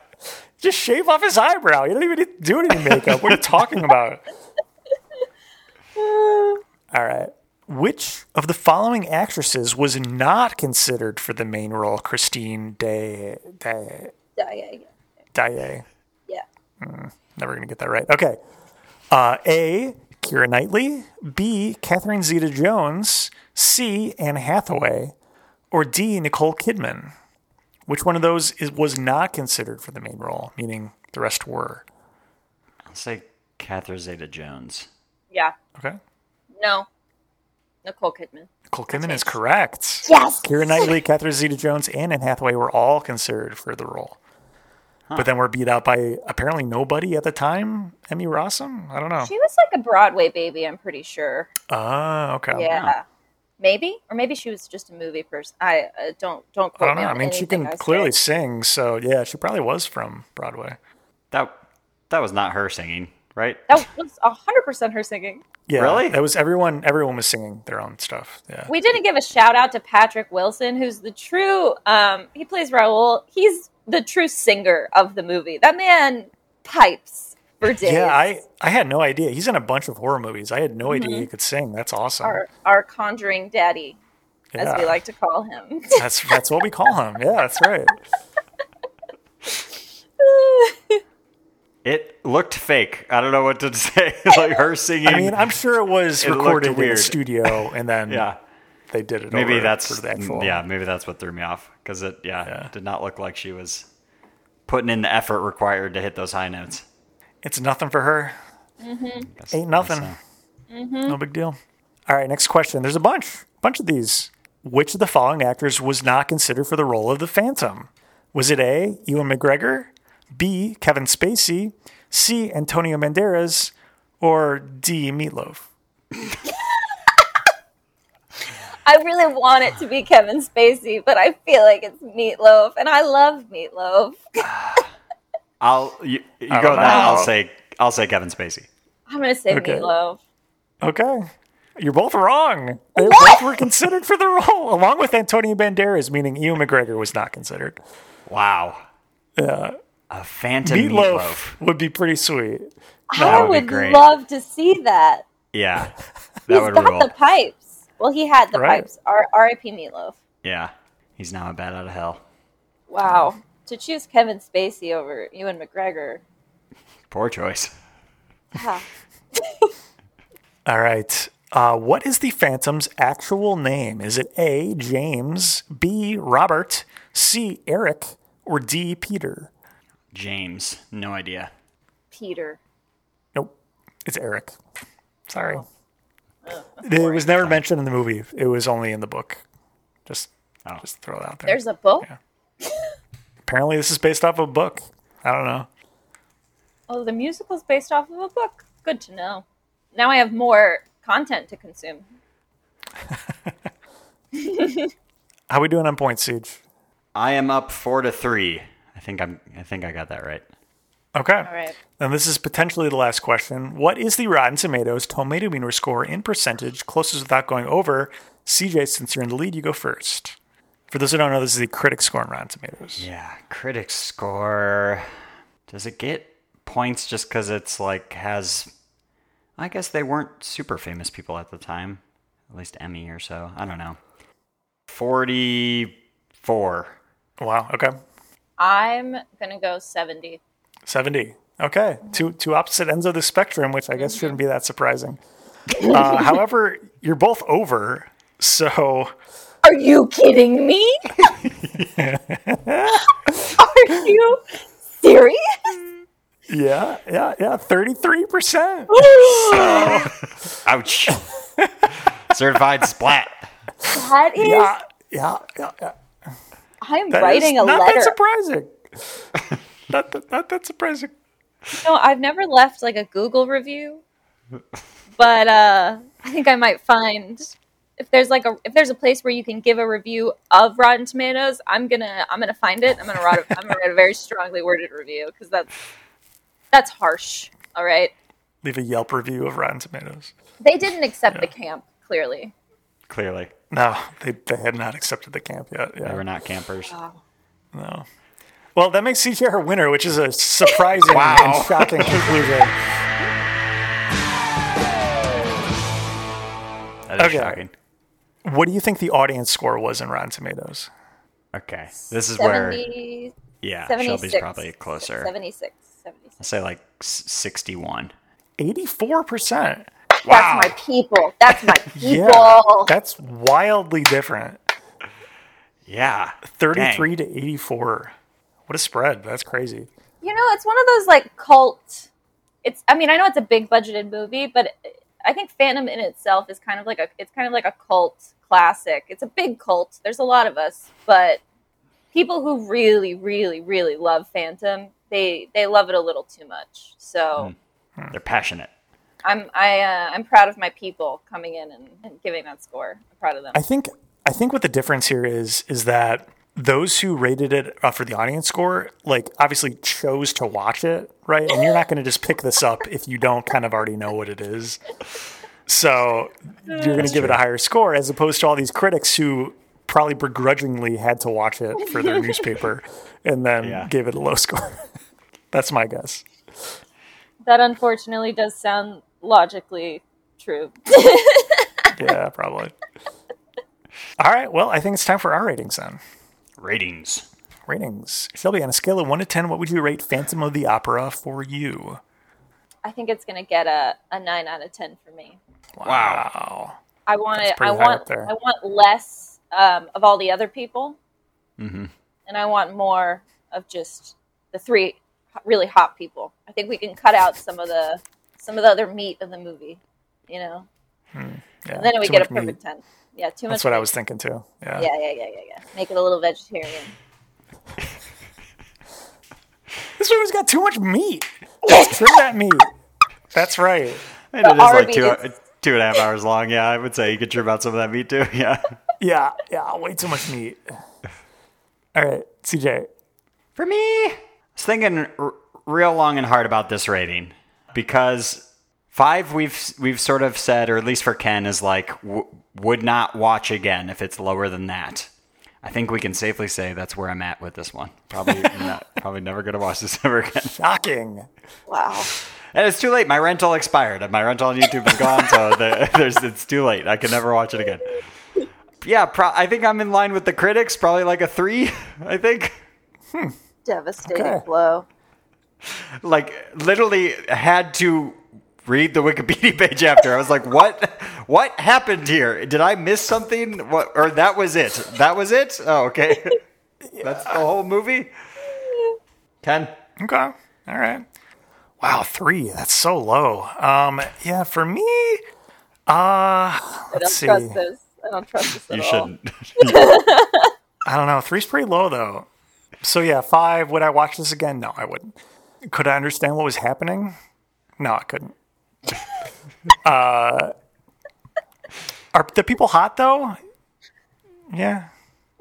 Speaker 1: Just shave off his eyebrow. You don't even need to do any makeup. What are you talking about? All right. Which of the following actresses was not considered for the main role? Christine Day Day
Speaker 2: Yeah, yeah, yeah.
Speaker 1: Day.
Speaker 2: yeah.
Speaker 1: Never gonna get that right. Okay. Uh, A. Kira Knightley. B. Catherine Zeta Jones. C. Anne Hathaway. Or D. Nicole Kidman. Which one of those is, was not considered for the main role? Meaning the rest were.
Speaker 3: I'll say Catherine Zeta Jones.
Speaker 2: Yeah.
Speaker 1: Okay.
Speaker 2: No. Nicole Kidman.
Speaker 1: Nicole Kidman is correct.
Speaker 2: Yes.
Speaker 1: Kira Knightley, Catherine Zeta Jones, and Anne Hathaway were all considered for the role. But then were beat out by apparently nobody at the time, Emmy Rossum? I don't know.
Speaker 2: She was like a Broadway baby, I'm pretty sure.
Speaker 1: Ah, okay.
Speaker 2: Yeah. Maybe, or maybe she was just a movie person. I uh, don't don't
Speaker 1: I
Speaker 2: quote
Speaker 1: don't
Speaker 2: me
Speaker 1: know. I
Speaker 2: on
Speaker 1: mean, she
Speaker 2: anything
Speaker 1: can
Speaker 2: I
Speaker 1: clearly
Speaker 2: say.
Speaker 1: sing, so yeah, she probably was from Broadway.
Speaker 3: That that was not her singing, right?
Speaker 2: That was hundred percent her singing.
Speaker 1: Yeah,
Speaker 3: Really?
Speaker 1: It was everyone. Everyone was singing their own stuff. Yeah,
Speaker 2: We didn't give a shout out to Patrick Wilson, who's the true. Um, he plays Raoul. He's the true singer of the movie. That man pipes for days.
Speaker 1: yeah. I I had no idea. He's in a bunch of horror movies. I had no
Speaker 2: Mm-hmm.
Speaker 1: idea he could sing. That's awesome.
Speaker 2: our our conjuring daddy, as we
Speaker 1: Yeah.
Speaker 2: like to call him.
Speaker 1: That's that's what we call him. Yeah, that's right.
Speaker 3: It looked fake. I don't know what to say. like her singing.
Speaker 1: I mean, I'm sure it was
Speaker 3: It looked
Speaker 1: recorded in the
Speaker 3: weird.
Speaker 1: studio, and then
Speaker 3: yeah.
Speaker 1: they did it.
Speaker 3: Maybe
Speaker 1: over
Speaker 3: that's mm,
Speaker 1: for the actual.
Speaker 3: yeah. Maybe that's what threw me off because it yeah, did not look like she was putting in the effort required to hit those high notes.
Speaker 1: it's nothing for her.
Speaker 3: That's-
Speaker 1: Ain't nothing.
Speaker 3: that's, uh,
Speaker 1: No big deal. All right, next question. There's a bunch, bunch of these. Which of the following actors was not considered for the role of the Phantom? Was it A. Ewan McGregor, B. Kevin Spacey, C. Antonio Banderas, or D. Meatloaf?
Speaker 2: I really want it to be Kevin Spacey, but I feel like it's Meatloaf, and I love Meatloaf.
Speaker 3: I'll you, you
Speaker 1: I
Speaker 3: go
Speaker 1: don't
Speaker 3: with that. I'll
Speaker 1: know.
Speaker 3: say I'll say Kevin Spacey.
Speaker 2: I'm gonna say
Speaker 1: Okay.
Speaker 2: Meatloaf.
Speaker 1: Okay, you're both wrong. They both were considered for the role, along with Antonio Banderas, meaning Ewan McGregor was not considered.
Speaker 3: Wow. Yeah. A phantom
Speaker 1: Meatloaf,
Speaker 3: meatloaf.
Speaker 1: would be pretty sweet.
Speaker 2: I
Speaker 3: would be
Speaker 2: would
Speaker 3: great.
Speaker 2: love to see that.
Speaker 3: Yeah.
Speaker 2: He's
Speaker 3: That would
Speaker 2: got
Speaker 3: rule.
Speaker 2: the pipes. Well, he had the
Speaker 1: Right.
Speaker 2: pipes. R- R.I.P. Meatloaf.
Speaker 3: yeah. He's now a bat out of hell.
Speaker 2: Wow. To choose Kevin Spacey over Ewan McGregor.
Speaker 3: Poor choice.
Speaker 2: Ah,
Speaker 1: All right. Uh, what is the Phantom's actual name? Is it A, James, B, Robert, C, Eric, or D, Peter?
Speaker 3: James. No idea.
Speaker 2: Peter.
Speaker 1: Nope. It's Eric. Sorry.
Speaker 2: Oh.
Speaker 1: it was never mentioned in the movie, it was only in the book. Just,
Speaker 3: Oh.
Speaker 1: just throw it out there.
Speaker 2: There's a book.
Speaker 1: Apparently, this is based off of a book. I don't know.
Speaker 2: Oh, the musical's based off of a book. Good to know. Now I have more content to consume.
Speaker 1: How we doing on Point Siege?
Speaker 3: I am up four to three. I think I'm I think I got that right.
Speaker 1: Okay.
Speaker 2: All right.
Speaker 1: And this is potentially the last question. What is the Rotten Tomatoes tomato meter score in percentage closest without going over? CJ, since you're in the lead, you go first. For those who don't know, this is the critic score on Rotten Tomatoes.
Speaker 3: Yeah. Critics score. Does it get points just because it's like has I guess they weren't super famous people at the time. At least Emmy or so. I don't know. Forty four.
Speaker 1: Wow. Okay.
Speaker 2: I'm going to go 70.
Speaker 1: 70. Okay. Two two opposite ends of the spectrum, which I guess shouldn't be that surprising. Uh, however, you're both over. So
Speaker 2: Are you kidding me? Are you serious?
Speaker 1: yeah, yeah, yeah. 33%.
Speaker 3: Ouch. Certified splat.
Speaker 2: That is,
Speaker 1: Yeah, yeah, yeah, yeah.
Speaker 2: I'm
Speaker 1: That
Speaker 2: writing
Speaker 1: is
Speaker 2: a
Speaker 1: not
Speaker 2: letter.
Speaker 1: that surprising. not, that, not that surprising.
Speaker 2: No, I've never left like a Google review, but uh, I think I might find if there's like a if there's a place where you can give a review of Rotten Tomatoes, I'm gonna I'm gonna find it. I'm gonna write a, I'm gonna write a very strongly worded review because that's that's harsh. All right,
Speaker 1: Leave a Yelp review of Rotten Tomatoes.
Speaker 2: they didn't accept the camp clearly.
Speaker 3: Clearly,
Speaker 1: No, they, they had not accepted the camp yet. Yeah.
Speaker 3: they were not campers.
Speaker 1: No. Well, that makes CTR a winner, which is a surprising and shocking conclusion.
Speaker 3: That is
Speaker 1: Okay.
Speaker 3: shocking.
Speaker 1: What do you think the audience score was in Rotten Tomatoes?
Speaker 3: Okay, this is where
Speaker 2: 70,
Speaker 3: yeah,
Speaker 2: 76,
Speaker 3: Shelby's probably closer.
Speaker 2: 76, 76.
Speaker 3: I'll say like s- sixty-one.
Speaker 1: 84%.
Speaker 2: That's my people. That's my
Speaker 1: Yeah.
Speaker 2: people.
Speaker 1: That's wildly different.
Speaker 3: Yeah,
Speaker 1: 33 to 84. What a spread. That's crazy.
Speaker 2: you know, it's one of those like cult. It's. I mean, I know it's a big budgeted movie, but I think Phantom in itself is kind of like a. It's kind of like a cult classic. It's a big cult. There's a lot of us, but people who really, really, really love Phantom, they they love it a little too much. So
Speaker 3: Dang. they're passionate.
Speaker 2: I'm I uh, I'm proud of my people coming in and, and giving that score. I'm proud of them.
Speaker 1: I think I think what the difference here is is that those who rated it uh, for the audience score, like obviously chose to watch it, right? And you're not going to just pick this up if you don't kind of already know what it is. So you're going to give it a higher score as opposed to all these critics who probably begrudgingly had to watch it for their newspaper and then
Speaker 3: Yeah.
Speaker 1: gave it a low score. That's my guess.
Speaker 2: that unfortunately does sound logically true.
Speaker 1: Yeah, probably. All right. Well, I think it's time for our ratings then.
Speaker 3: Ratings.
Speaker 1: ratings. Shelby, on a scale of one to ten, what would you rate Phantom of the Opera for you?
Speaker 2: I think it's gonna get a, a nine out of ten for me.
Speaker 1: Wow.
Speaker 2: I want it. I
Speaker 1: pretty high
Speaker 2: want.
Speaker 1: up there.
Speaker 2: I want less um, of all the other people,
Speaker 1: Mm-hmm.
Speaker 2: and I want more of just the three h- really hot people. I think we can cut out some of the some of the other meat of the movie, you know.
Speaker 1: Yeah,
Speaker 2: And then we
Speaker 1: too
Speaker 2: get a
Speaker 1: much meat.
Speaker 2: perfect ten. Yeah, too
Speaker 1: That's
Speaker 2: much.
Speaker 1: what I was thinking too. Yeah.
Speaker 2: meat. Yeah, yeah, yeah, yeah, yeah. Make it a little vegetarian.
Speaker 1: This movie's got too much meat. Let's trim that meat. That's right.
Speaker 3: And it is like two,
Speaker 2: Arby's.
Speaker 3: two and a half hours long. Yeah, I would say you could trim out some of that meat too. Yeah.
Speaker 1: Yeah. Yeah. Way too much meat. All right, CJ.
Speaker 3: For me, I was thinking r- real long and hard about this rating because five we've we've sort of said, or at least for Ken, is like w- would not watch again if it's lower than that. I think we can safely say that's where I'm at with this one. Probably not, probably never going to watch this ever again.
Speaker 1: Shocking.
Speaker 2: Wow.
Speaker 3: And it's too late. My rental expired. My rental on YouTube is gone, so the, there's it's too late. I can never watch it again. Yeah, pro- I think I'm in line with the critics. Probably like a three. I think
Speaker 2: Devastating
Speaker 1: Okay.
Speaker 2: blow.
Speaker 3: like literally had to read the Wikipedia page after. I was like, what? What happened here? Did I miss something? What? Or that was it? That was it? Oh, okay. That's the whole movie. Ken.
Speaker 1: Okay. All right. Wow, three. That's so low. Um, yeah, for me, uh
Speaker 2: I don't
Speaker 1: let's see.
Speaker 2: trust this. I don't trust this at
Speaker 3: You
Speaker 2: all.
Speaker 3: shouldn't.
Speaker 1: I don't know. Three's pretty low though. So yeah, five. Would I watch this again? No, I wouldn't. Could I understand what was happening? No, I couldn't. uh, are the people hot though? Yeah.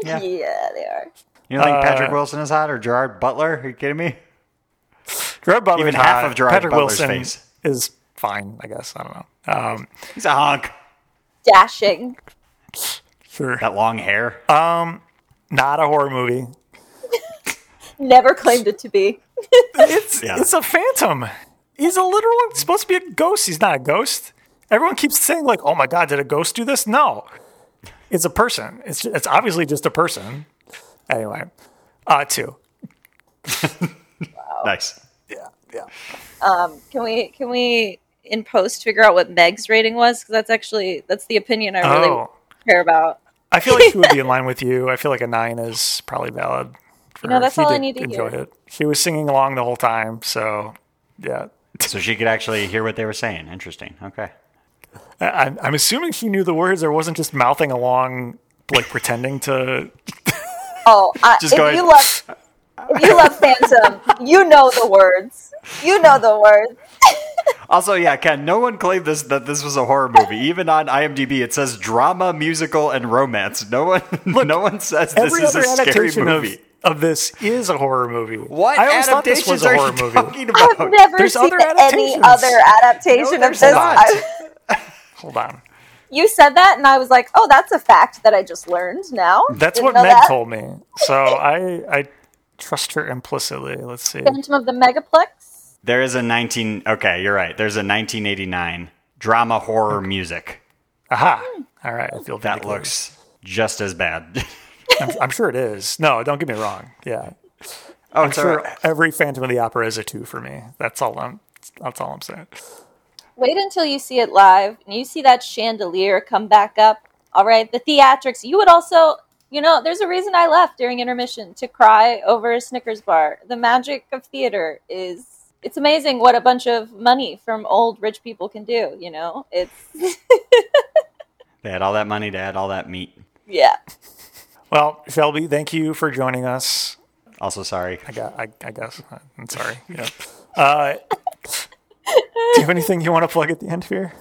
Speaker 2: Yeah. they are.
Speaker 3: You don't think Patrick
Speaker 1: Uh,
Speaker 3: Wilson is hot or Gerard Butler? Are you kidding me?
Speaker 1: Gerard Butler's
Speaker 3: Even half
Speaker 1: hot.
Speaker 3: of Gerard
Speaker 1: Patrick
Speaker 3: Butler's
Speaker 1: Wilson
Speaker 3: face.
Speaker 1: is fine, I guess. I don't know. Um,
Speaker 3: He's a honk.
Speaker 2: Dashing.
Speaker 1: sure.
Speaker 3: That long hair.
Speaker 1: Not a horror movie.
Speaker 2: Never claimed it to be.
Speaker 1: It's
Speaker 3: Yeah.
Speaker 1: it's a phantom. He's a literal supposed to be a ghost. He's not a ghost. Everyone keeps saying like, "Oh my god, did a ghost do this?" No, it's a person. It's it's obviously just a person. Anyway, uh, two.
Speaker 3: nice.
Speaker 1: Yeah, yeah.
Speaker 2: Can we can we in post figure out what Meg's rating was? Because that's actually that's the opinion I really
Speaker 1: Oh,
Speaker 2: care about.
Speaker 1: I feel like she would be in line with you. I feel like a nine is probably valid. For
Speaker 2: You know,
Speaker 1: her.
Speaker 2: that's
Speaker 1: She
Speaker 2: all I
Speaker 1: did
Speaker 2: need to
Speaker 1: enjoy
Speaker 2: hear.
Speaker 1: it. She was singing along the whole time, so yeah.
Speaker 3: So she could actually hear what they were saying. Interesting. Okay.
Speaker 1: I, I'm- I'm assuming she knew the words or wasn't just mouthing along, like pretending to
Speaker 2: Oh, I,
Speaker 3: Just
Speaker 2: if
Speaker 3: going-
Speaker 2: you love if you love Phantom, you know the words. You know the words.
Speaker 3: Also, yeah, Ken, no one claimed this that this was a horror movie. Even on IMDb, it says drama, musical, and romance. No one, no one says this
Speaker 1: Every
Speaker 3: is
Speaker 1: other
Speaker 3: a scary
Speaker 1: adaptation of,
Speaker 3: movie.
Speaker 1: of this is a horror movie.
Speaker 3: what
Speaker 1: I always thought this was
Speaker 3: adaptations
Speaker 1: a
Speaker 3: are
Speaker 1: horror
Speaker 3: you
Speaker 1: movie.
Speaker 3: talking about?
Speaker 2: I've never
Speaker 1: Oh, There's
Speaker 2: seen
Speaker 1: other
Speaker 2: any
Speaker 1: adaptations.
Speaker 2: other adaptation
Speaker 3: No,
Speaker 2: of
Speaker 3: there's
Speaker 2: this.
Speaker 3: not.
Speaker 2: I-
Speaker 1: Hold on.
Speaker 2: you said that, and I was like, "Oh, that's a fact that I just learned now."
Speaker 1: That's
Speaker 2: Didn't
Speaker 1: what
Speaker 2: know
Speaker 1: Meg
Speaker 2: that.
Speaker 1: told me. So I I trust her implicitly. Let's see.
Speaker 2: Phantom of the Megaplex.
Speaker 3: There is a 19. Okay, you're right. There's a 1989 drama horror music
Speaker 1: Aha. All right. I feel
Speaker 3: that
Speaker 1: vindicated.
Speaker 3: looks just as bad.
Speaker 1: I'm, I'm sure it is. No, don't get me wrong. Yeah.
Speaker 3: oh,
Speaker 1: I'm
Speaker 3: it's all
Speaker 1: sure
Speaker 3: right.
Speaker 1: every Phantom of the Opera is a two for me. That's all I'm. That's all I'm saying.
Speaker 2: Wait until you see it live and you see that chandelier come back up. All right, the theatrics. You would also, you know, there's a reason I left during intermission to cry over a Snickers bar. The magic of theater is it's amazing what a bunch of money from old rich people can do, you know? It's
Speaker 3: They had all that money to add all that meat.
Speaker 2: yeah.
Speaker 1: Well, Shelby, thank you for joining us.
Speaker 3: Also, sorry.
Speaker 1: I, got, I, I guess I'm sorry. Yeah. Uh, do you have anything you want to plug at the end here?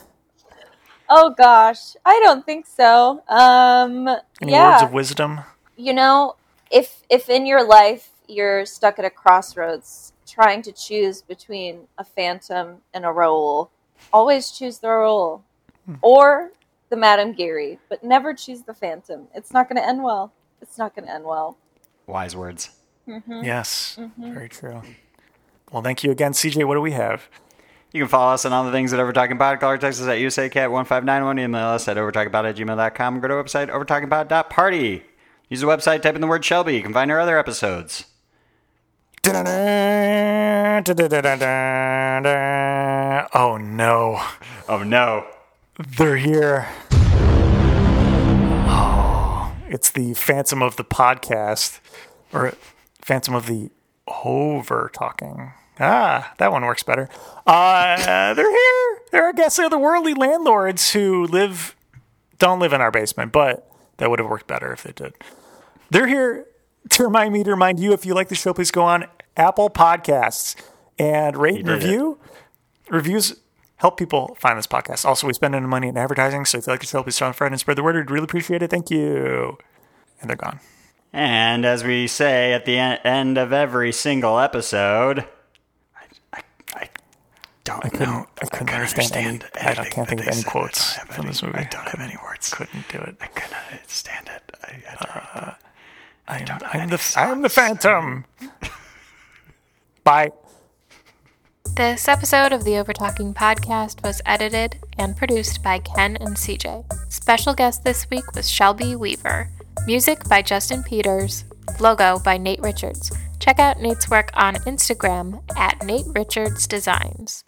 Speaker 2: Oh gosh. I don't think so. Um
Speaker 1: Any
Speaker 2: yeah.
Speaker 1: words of wisdom?
Speaker 2: you know if if in your life you're stuck at a crossroads trying to choose between a phantom and a Raoul, always choose the Raoul or the Madame Geary, but never choose the phantom. It's not going to end well. It's not going to end well.
Speaker 3: Wise words.
Speaker 1: Yes, very true. Well, thank you again, CJ. What do we have?
Speaker 3: You can follow us on all the things at Overtalking Pod. Call or text us at USACat1591. Email us at overtalkingpod at gmail.com. Go to our website overtalkingpod.party. Use the website, type in the word Shelby. You can find our other episodes.
Speaker 1: Oh no,
Speaker 3: Oh, no.
Speaker 1: they're here. Oh, it's the Phantom of the podcast, or Phantom of the over talking. Ah, that one works better. Uh, they're here. They're, I guess, they're the worldly landlords who live, don't live in our basement, but that would have worked better if they did. They're here to remind me to remind you if you like the show, please go on Apple Podcasts and rate and
Speaker 3: did it.
Speaker 1: review. Reviews help people find this podcast. Also, we spend any money in advertising, so if you like the show, please tell a friend and spread the word. We'd really appreciate it. Thank you. And they're gone.
Speaker 3: And as we say at the en- end of every single episode, I, I, I don't know.
Speaker 1: I couldn't
Speaker 3: couldn't
Speaker 1: understand.
Speaker 3: understand
Speaker 1: any, I don't-
Speaker 3: anything
Speaker 1: can't
Speaker 3: that
Speaker 1: think of
Speaker 3: they
Speaker 1: any
Speaker 3: said. I
Speaker 1: quotes
Speaker 3: don't have
Speaker 1: from
Speaker 3: any-
Speaker 1: this movie.
Speaker 3: I don't have any words.
Speaker 1: Couldn't do it.
Speaker 3: I couldn't understand it. I, I don't know.
Speaker 1: I am,
Speaker 3: know
Speaker 1: I'm
Speaker 3: any
Speaker 1: the I'm the Phantom. Bye.
Speaker 4: This episode of the Overtalking podcast was edited and produced by Ken and CJ. Special guest this week was Shelby Weaver. Music by Justin Peters. Logo by Nate Richards. Check out Nate's work on Instagram at Nate Richards Designs.